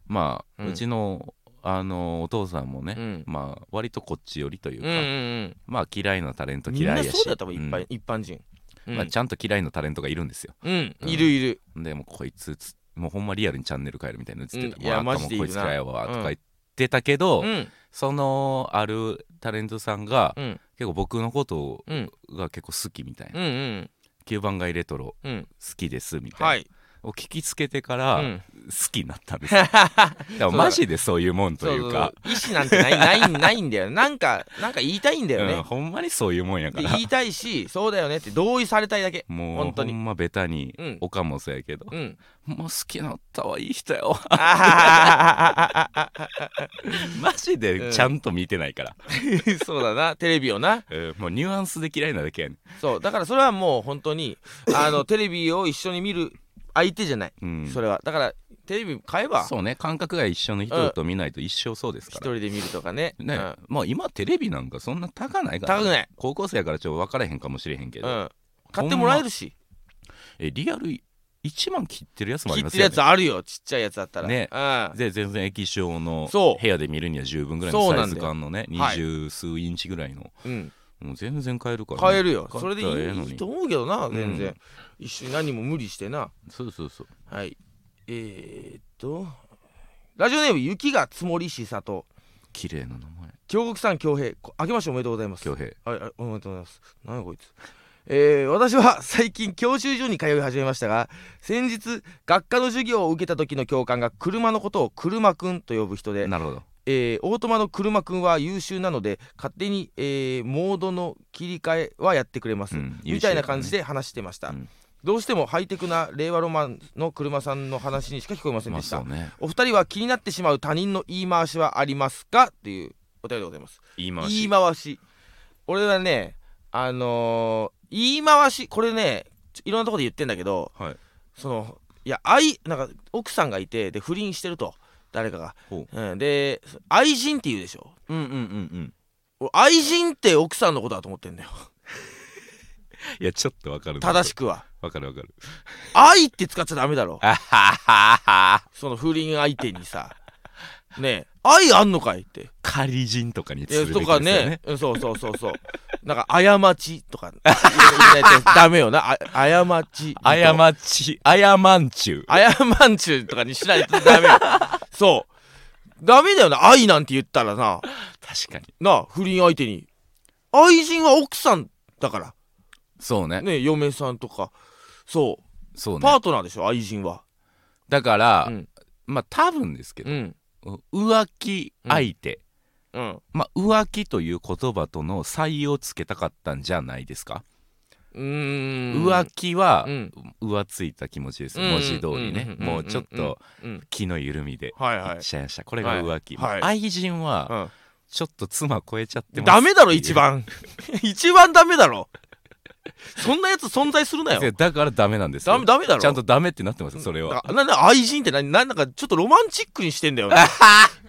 Speaker 1: まあ、
Speaker 2: う
Speaker 1: うんちのあのお父さんもね、
Speaker 2: うん
Speaker 1: まあ割とこっち寄りという
Speaker 2: うんう
Speaker 1: か、
Speaker 2: んうん
Speaker 1: まあ嫌いなタレント
Speaker 2: みん
Speaker 1: 嫌い
Speaker 2: な
Speaker 1: やし
Speaker 2: そうだったもん一
Speaker 1: うん
Speaker 2: 般一般人うん
Speaker 1: まあ、ちゃんと嫌いなタレントがいるんですよ
Speaker 2: うん
Speaker 1: うん
Speaker 2: いるいる
Speaker 1: でもうこいつつもうほんまリアルにチャンネル変えるみたいなのつってた、
Speaker 2: うん
Speaker 1: もう
Speaker 2: いや
Speaker 1: あんた
Speaker 2: マジ
Speaker 1: も
Speaker 2: でい
Speaker 1: こ
Speaker 2: る
Speaker 1: い
Speaker 2: な
Speaker 1: つ嫌やわと
Speaker 2: う
Speaker 1: か
Speaker 2: ん
Speaker 1: 言ってたけど、
Speaker 2: うん
Speaker 1: そのあるタレントさんが
Speaker 2: うん
Speaker 1: 結構僕のこと
Speaker 2: うん
Speaker 1: が結構好きみたい
Speaker 2: うんう
Speaker 1: な、
Speaker 2: ん
Speaker 1: 吸盤街レトロ
Speaker 2: うん
Speaker 1: 好きですみたいな、
Speaker 2: はい
Speaker 1: を聞きつけてから
Speaker 2: う
Speaker 1: 好
Speaker 2: ん
Speaker 1: きになったん ですよ、だからマジでそういうもんと
Speaker 2: そう
Speaker 1: い
Speaker 2: そうう
Speaker 1: か
Speaker 2: 意思なんてないないないんだよなんかなんか言いたいんだよ
Speaker 1: うん
Speaker 2: ね
Speaker 1: ほんまにそういうもんやか
Speaker 2: で
Speaker 1: ら
Speaker 2: 言いたいしそうだよねって同意されたいだけ
Speaker 1: もう
Speaker 2: 本
Speaker 1: ほ
Speaker 2: 当に
Speaker 1: んまベタに、
Speaker 2: うん
Speaker 1: 岡もそうやけど、
Speaker 2: うん
Speaker 1: もう好きになったわいい人や わ
Speaker 2: あはははははは
Speaker 1: マジでちゃんと見てないから、
Speaker 2: そうだなテレビをな
Speaker 1: うんもうニュアンスで嫌いなだけやねん
Speaker 2: そうだからそれはもう本当にあ のテレビを一緒に見る相手じゃない、
Speaker 1: うん、
Speaker 2: それはだからテレビ買えば
Speaker 1: そうね感覚が一緒の人と見ないと一生そうです
Speaker 2: 一
Speaker 1: から、
Speaker 2: 人で見るとかね
Speaker 1: ねまあ今テレビなんかそんな高ないから
Speaker 2: 高くない
Speaker 1: 高校生やからちょっと分からへんかもしれへんけ
Speaker 2: う
Speaker 1: ど、
Speaker 2: ん、うん、買ってもらえるし
Speaker 1: えリアル1万切ってるやつもあ
Speaker 2: 切
Speaker 1: りま
Speaker 2: っ
Speaker 1: す
Speaker 2: てる
Speaker 1: よ
Speaker 2: や
Speaker 1: ね
Speaker 2: つあるよちっちゃいやつだったら
Speaker 1: ね
Speaker 2: うん
Speaker 1: で全然液晶の
Speaker 2: そう
Speaker 1: 部屋で見るには十分ぐらいの
Speaker 2: そう
Speaker 1: サ
Speaker 2: な
Speaker 1: イ
Speaker 2: んだ
Speaker 1: ズ
Speaker 2: よ
Speaker 1: 感のね
Speaker 2: は
Speaker 1: 二
Speaker 2: い
Speaker 1: 十数インチぐらいの、
Speaker 2: うん、
Speaker 1: もう全然買えるからね、
Speaker 2: 買えるよ
Speaker 1: 買ったら
Speaker 2: それでい
Speaker 1: ええの
Speaker 2: い
Speaker 1: に
Speaker 2: いいと思うけどな全然、
Speaker 1: うん
Speaker 2: 一緒に何も無理してな
Speaker 1: そうそうそう
Speaker 2: はいえー、っとラジオネーム雪が積もりしさと
Speaker 1: 綺麗な名前
Speaker 2: 京極さん恭平こ明けましておめでとうございます
Speaker 1: 恭平
Speaker 2: はい、あおめでとうございます。なんやこいつ。えー私は最近教習所に通い始めましたが先日学科の授業を受けた時の教官が車のことを「車くん」と呼ぶ人で、
Speaker 1: なるほど
Speaker 2: えーオートマの車くんは優秀なので勝手に、えーモードの切り替えはやってくれます、
Speaker 1: うん
Speaker 2: みたいな感じで話してました、
Speaker 1: うん
Speaker 2: どうしてもハイテクな令和ロマンの車さんの話にしか聞こえません
Speaker 1: ま
Speaker 2: で
Speaker 1: あ
Speaker 2: した、
Speaker 1: そうね
Speaker 2: お二人は気になってしまう他人の言い回しはありますかというお便りでございます
Speaker 1: 言い回
Speaker 2: 言い
Speaker 1: し
Speaker 2: 回し俺はねあのー言い回しこれねちょいろんなところで言ってんだけど
Speaker 1: はい
Speaker 2: そのいや愛なんか奥さんがいてで不倫してると誰かが、
Speaker 1: ほ
Speaker 2: うん、で愛人って言うでしょ
Speaker 1: ううんうんうんうん
Speaker 2: 俺愛人って奥さんのことだと思ってんだよ
Speaker 1: いやちょっとわかる
Speaker 2: 正しくは
Speaker 1: わかるわかる
Speaker 2: 愛って使っちゃダメだろ
Speaker 1: あははは
Speaker 2: その不倫相手にさねえ愛あんのかいって
Speaker 1: 仮人とかにす
Speaker 2: え
Speaker 1: るべき
Speaker 2: と
Speaker 1: です
Speaker 2: か
Speaker 1: よ
Speaker 2: ね
Speaker 1: ね
Speaker 2: うんそうそうそうそうなんか過ちとか言われてダメよなあ過 ち
Speaker 1: 過ち謝んちゅう
Speaker 2: あやまんちゅうとかにしないとダメ よそうダメだよな愛なんて言ったらな
Speaker 1: 確かに
Speaker 2: なあ不倫相手に愛人は奥さんだか
Speaker 1: そうね
Speaker 2: らね嫁さんとかそう
Speaker 1: そうね
Speaker 2: パートナーでしょ愛人は
Speaker 1: だから、
Speaker 2: うん
Speaker 1: まあ多分ですけ
Speaker 2: う
Speaker 1: ど、
Speaker 2: ん
Speaker 1: 浮気相手、
Speaker 2: うん
Speaker 1: まあ浮気という言葉との差異をつけたかったんじゃないですか、
Speaker 2: うーん
Speaker 1: 浮気は、
Speaker 2: うん
Speaker 1: 浮ついた気持ちです、
Speaker 2: うん
Speaker 1: 文字通りね、
Speaker 2: うん
Speaker 1: もうちょっと
Speaker 2: うん
Speaker 1: 気の緩みで、
Speaker 2: はいはい
Speaker 1: シャンシャンこれが浮気、
Speaker 2: はい
Speaker 1: まあ愛人は、
Speaker 2: う
Speaker 1: ちょっと妻超えちゃって
Speaker 2: ん
Speaker 1: ます
Speaker 2: ダメだろ一番 一番ダメだろそんなやつ存在するなよ
Speaker 1: いやだからダメなんですよ
Speaker 2: ダメダメだろ
Speaker 1: ちゃんとダメってなってますよそれ
Speaker 2: だ
Speaker 1: は
Speaker 2: からなんだ愛人って何なんなんかちょっとロマンチックにしてんだ よね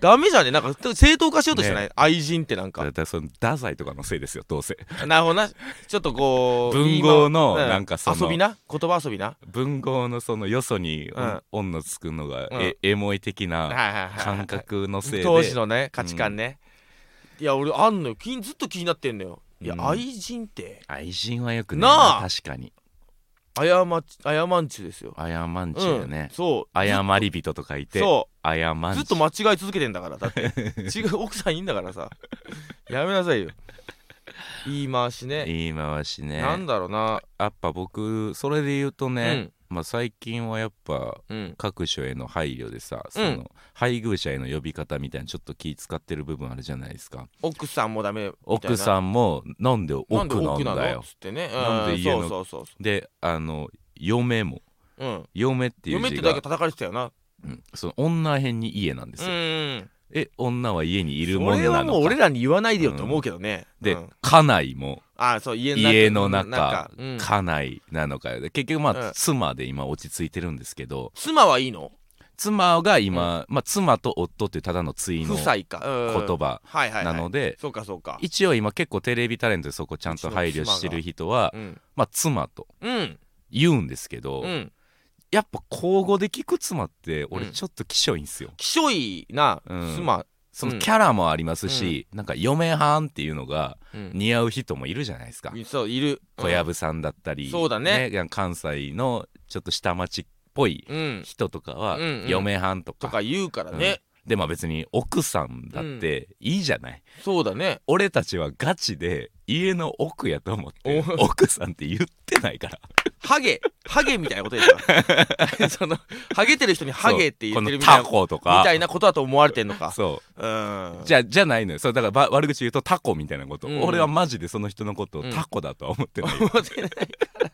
Speaker 2: ダメじゃねなんか正当化しようとしてない、愛人ってなん
Speaker 1: だ
Speaker 2: か
Speaker 1: からその太宰とかのせいですよどうせ
Speaker 2: なるほどなちょっとこう
Speaker 1: 文豪の
Speaker 2: 言い回
Speaker 1: なんかその
Speaker 2: 遊びな言葉遊びな
Speaker 1: 文豪のそのよそに
Speaker 2: うん
Speaker 1: 音のつくのが、
Speaker 2: うん
Speaker 1: えエモい的
Speaker 2: はい
Speaker 1: な
Speaker 2: はいはいはい
Speaker 1: 感覚のせいで
Speaker 2: 当時のね価値観ね、いや俺あんのよ気にずっと気になってんのよいや、
Speaker 1: うん
Speaker 2: 愛人って
Speaker 1: 愛人はよくね
Speaker 2: なあ
Speaker 1: 確かに
Speaker 2: 謝ち謝んちゅですよ、
Speaker 1: 謝んちゅう
Speaker 2: う
Speaker 1: よ
Speaker 2: ん、
Speaker 1: ね、
Speaker 2: そう
Speaker 1: 謝り人と書いて
Speaker 2: そ
Speaker 1: 謝ん
Speaker 2: う
Speaker 1: ち
Speaker 2: ずっと間違い続けてんだか らだって違う奥さんいいんだからさやめなさいよ言い回しね
Speaker 1: 言い回しね
Speaker 2: なんだろうな
Speaker 1: やっぱ僕それで言うとね、まあ、最近はやっぱ
Speaker 2: うんうん
Speaker 1: 各所への配慮でさそ
Speaker 2: うん
Speaker 1: の配偶者への呼び方みたいなちょっと気使ってる部分あるじゃないですか
Speaker 2: 奥さんもダメみたいな
Speaker 1: 奥さんもなんで奥
Speaker 2: なんで
Speaker 1: なん
Speaker 2: 奥な
Speaker 1: だ
Speaker 2: の
Speaker 1: よ
Speaker 2: っつってねうん
Speaker 1: なんで家の
Speaker 2: そうそうそ
Speaker 1: であの嫁も
Speaker 2: ううん
Speaker 1: 嫁っていう
Speaker 2: 嫁っ
Speaker 1: 字
Speaker 2: て
Speaker 1: が
Speaker 2: だけ叩かれてたよな
Speaker 1: うんその女編に家なんですよ、
Speaker 2: うん
Speaker 1: え女は家にいるもの
Speaker 2: それ
Speaker 1: な
Speaker 2: は
Speaker 1: の
Speaker 2: もう
Speaker 1: か
Speaker 2: 俺らに言わないでよと思うけどね、
Speaker 1: で、
Speaker 2: うん
Speaker 1: 家内も
Speaker 2: あそう家の中
Speaker 1: 家の中
Speaker 2: うん
Speaker 1: 家内なのかで結局まあ、
Speaker 2: うん
Speaker 1: 妻で今落ち着いてるんですけど
Speaker 2: 妻はいいの
Speaker 1: 妻が今、まあ、妻と夫っていうただの対の言
Speaker 2: 夫妻か、うん
Speaker 1: 葉
Speaker 2: はいはい、は、
Speaker 1: ないので、
Speaker 2: そうかそうか
Speaker 1: 一応今結構テレビタレントでそこちゃんと配慮してる人は、
Speaker 2: うん
Speaker 1: まあ妻と
Speaker 2: うん
Speaker 1: 言うんですけど、
Speaker 2: うん
Speaker 1: やっぱ口語で聞く妻って俺
Speaker 2: うん
Speaker 1: ちょっときしょいんすよ、
Speaker 2: きしょいな、
Speaker 1: うん
Speaker 2: 妻
Speaker 1: そのキャラもありますし、なんか嫁はんっていうのが
Speaker 2: うん
Speaker 1: 似合う人もいるじゃないですか、
Speaker 2: そういる
Speaker 1: 小籔さんだったり、
Speaker 2: そうだね
Speaker 1: いや関西のちょっと下町っぽい
Speaker 2: うん
Speaker 1: 人とかは
Speaker 2: うんうん
Speaker 1: 嫁はんとか,、
Speaker 2: とか言うからね
Speaker 1: でまあ別に奥さんだっていいじゃない、
Speaker 2: そうだね
Speaker 1: 俺たちはガチで家の奥やと思って
Speaker 2: お
Speaker 1: 奥さんって言ってないから
Speaker 2: ハゲハゲみたいなことやから そのハゲてる人に ハゲって言ってるみ
Speaker 1: そう
Speaker 2: た
Speaker 1: このタコ
Speaker 2: いな
Speaker 1: とか
Speaker 2: みたいなことだと思われてんのか
Speaker 1: そう
Speaker 2: うん
Speaker 1: じゃじゃないのよそうだからば悪口言うとタコみたいなこと、
Speaker 2: うん
Speaker 1: 俺はマジでその人のことを
Speaker 2: うん
Speaker 1: タコだとは思ってない、
Speaker 2: 思ってないから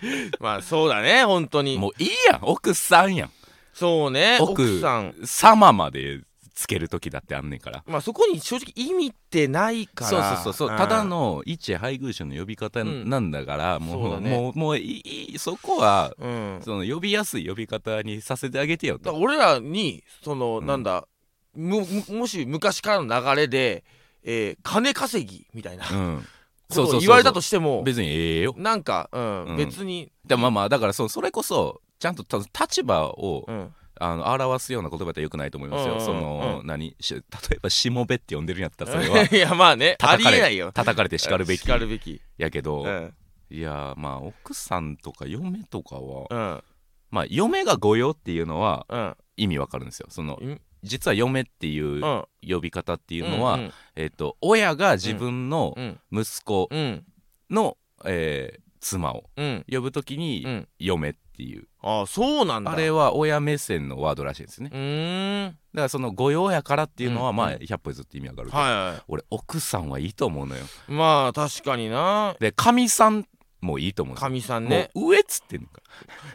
Speaker 2: まあそうだね本当に
Speaker 1: もういいやん奥さんやん
Speaker 2: そうね
Speaker 1: 奥
Speaker 2: 奥さん
Speaker 1: 様までつける時だってあんねんから
Speaker 2: まあそこに正直意味ってないから
Speaker 1: そうそうそうそう、
Speaker 2: ん
Speaker 1: ただの一配偶者の呼び方なんだから、もう
Speaker 2: そうだね
Speaker 1: もうもういいいいそこは
Speaker 2: うんだか
Speaker 1: その呼びやすい呼び方にさせてあげてよ
Speaker 2: ら
Speaker 1: と
Speaker 2: 俺らにその
Speaker 1: うん
Speaker 2: なんだむむもし昔からの流れでえー金稼ぎみたいな
Speaker 1: うん
Speaker 2: ことを言われたと
Speaker 1: し
Speaker 2: しても
Speaker 1: 別にええよ
Speaker 2: なんかうん
Speaker 1: うん
Speaker 2: 別に
Speaker 1: でもまあまあだからそうそれこそちゃんとた立場を、
Speaker 2: うん
Speaker 1: あの表すような言葉ではよくないと思いますよ、
Speaker 2: うんうん
Speaker 1: その、
Speaker 2: う
Speaker 1: 何し例えば「しもべ」って呼んでるんやったらそれは
Speaker 2: いやまあねあ
Speaker 1: 叩
Speaker 2: り
Speaker 1: かれ
Speaker 2: えないよ
Speaker 1: 叩かれて叱るべき
Speaker 2: 叱るべき
Speaker 1: やけど、
Speaker 2: うん
Speaker 1: いやまあ奥さんとか嫁とかは、
Speaker 2: うん
Speaker 1: まあ嫁が御用っていうのは
Speaker 2: うん
Speaker 1: 意味わかるんですよその
Speaker 2: うん
Speaker 1: 実は嫁っていう
Speaker 2: うんっ
Speaker 1: 呼び方ってい
Speaker 2: て
Speaker 1: うのは、えっと親が自分の
Speaker 2: うん
Speaker 1: 息子
Speaker 2: うん
Speaker 1: の、えー妻を
Speaker 2: うん
Speaker 1: 呼ぶとき
Speaker 2: う
Speaker 1: に
Speaker 2: ん
Speaker 1: 嫁っていう、
Speaker 2: ああそうなんだ
Speaker 1: あれは親目線のワードらしいですね
Speaker 2: うーん
Speaker 1: だからその御用やからっていうのは
Speaker 2: うん
Speaker 1: まあ100歩譲って意味わかるけど、
Speaker 2: は
Speaker 1: 俺奥さんはいいと思うのよ
Speaker 2: いまあ確かにな
Speaker 1: でかみさんもいいと思うんですよ
Speaker 2: 神さんね
Speaker 1: もう上っつってんのか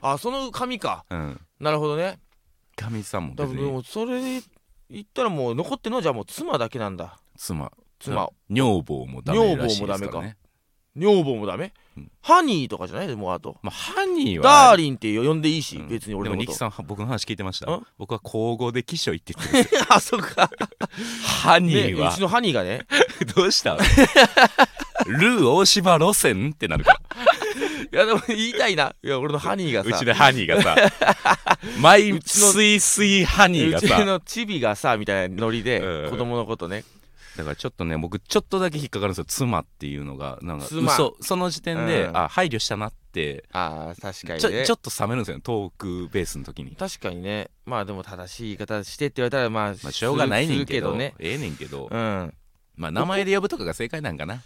Speaker 2: あその神か
Speaker 1: うん
Speaker 2: なるほどね
Speaker 1: かみさんも
Speaker 2: だ
Speaker 1: 別
Speaker 2: からで
Speaker 1: に
Speaker 2: もそれで言ったらもう残ってんのはじゃあもう妻だけなんだ
Speaker 1: 妻
Speaker 2: 妻
Speaker 1: うん女房もダメらしいです
Speaker 2: 女房
Speaker 1: か
Speaker 2: も
Speaker 1: ら
Speaker 2: ダメ
Speaker 1: ね
Speaker 2: 女房もダメ
Speaker 1: うん
Speaker 2: ハニーとかじゃないもうあと
Speaker 1: まあハニーは
Speaker 2: ダー
Speaker 1: リ
Speaker 2: リンって呼んでいいし
Speaker 1: うん
Speaker 2: 別に俺
Speaker 1: でも
Speaker 2: の
Speaker 1: ニ
Speaker 2: こ
Speaker 1: キ
Speaker 2: と
Speaker 1: さんは僕の話聞いてました
Speaker 2: ん
Speaker 1: 僕は口語で起書言って言ってるんですよ
Speaker 2: あそっか
Speaker 1: ハニ
Speaker 2: ね
Speaker 1: ー
Speaker 2: う
Speaker 1: は
Speaker 2: ちのハニーがね
Speaker 1: どうした ルー大島路線ってなるから
Speaker 2: いやでも言いたいないや俺のハニーが
Speaker 1: う
Speaker 2: さ
Speaker 1: ちのハニーが さマイ
Speaker 2: うちの
Speaker 1: スイスイハニー
Speaker 2: う
Speaker 1: が
Speaker 2: ち
Speaker 1: さ
Speaker 2: のチビがさみたいなノリで
Speaker 1: うん
Speaker 2: 子供のことね
Speaker 1: だからちょっとね僕ちょっとだけ引っかかるんですよ妻っていうのがなんか
Speaker 2: 妻
Speaker 1: 嘘その時点で、
Speaker 2: うん
Speaker 1: あ配慮したなって
Speaker 2: あー確か
Speaker 1: ち
Speaker 2: に
Speaker 1: ょ
Speaker 2: ね
Speaker 1: ちょっと冷めるんですよねトークベースの時に、
Speaker 2: 確かにねまあでも正しい言い方してって言われたらまあ
Speaker 1: まあ、しょうがない
Speaker 2: す
Speaker 1: ね
Speaker 2: る
Speaker 1: んけど
Speaker 2: するね
Speaker 1: ええねんけど、
Speaker 2: うん
Speaker 1: まあ名前で呼ぶとかが正解なんかな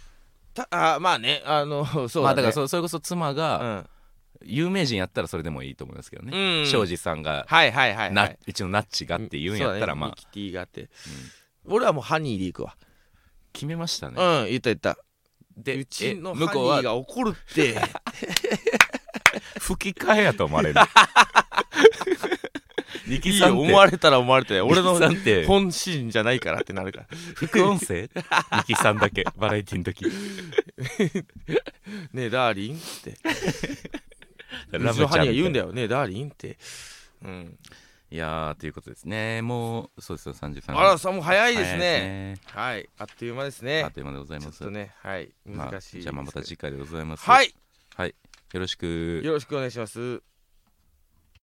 Speaker 2: たあーまあねあの そう
Speaker 1: まあ
Speaker 2: だね
Speaker 1: だからそそれこそ妻が
Speaker 2: うん
Speaker 1: 有名人やったらそれでもいいと思いますけどね、
Speaker 2: うん
Speaker 1: 庄司さんが、
Speaker 2: はいはいはい、はい、
Speaker 1: なうちのナッチがって言うんやったら、
Speaker 2: そだね
Speaker 1: ま
Speaker 2: ミ
Speaker 1: あ
Speaker 2: キティがあって、俺はもうハニーで行くわ、
Speaker 1: 決めましたね、
Speaker 2: うん言った言った
Speaker 1: で
Speaker 2: うちの
Speaker 1: え
Speaker 2: ハニ
Speaker 1: 向こうは
Speaker 2: ーが怒るって
Speaker 1: 吹き替えやと思わ れるニ
Speaker 2: い
Speaker 1: キ
Speaker 2: い
Speaker 1: さんっ
Speaker 2: よ
Speaker 1: て
Speaker 2: 思われたら思われたよ俺
Speaker 1: ニ
Speaker 2: の
Speaker 1: キさんって
Speaker 2: 本心じゃないからってなるから
Speaker 1: 副音 声ニキさんだけバラエティの時
Speaker 2: ねえダーリンってうち
Speaker 1: ラムち
Speaker 2: の
Speaker 1: ゃんみ
Speaker 2: ハ
Speaker 1: た
Speaker 2: ニ
Speaker 1: いな
Speaker 2: ーが言うんだよねえダーリンってうん
Speaker 1: いやーということですねもうそうですよ33
Speaker 2: あらさもう早いですね
Speaker 1: ね
Speaker 2: はいあっという間です
Speaker 1: あ
Speaker 2: ね
Speaker 1: っという間でござい
Speaker 2: ちょ
Speaker 1: ま
Speaker 2: っ
Speaker 1: す
Speaker 2: とねはい難しい
Speaker 1: まあ、じゃあまあまた次回でございます
Speaker 2: はい
Speaker 1: はいよろしく
Speaker 2: よろしくお願いします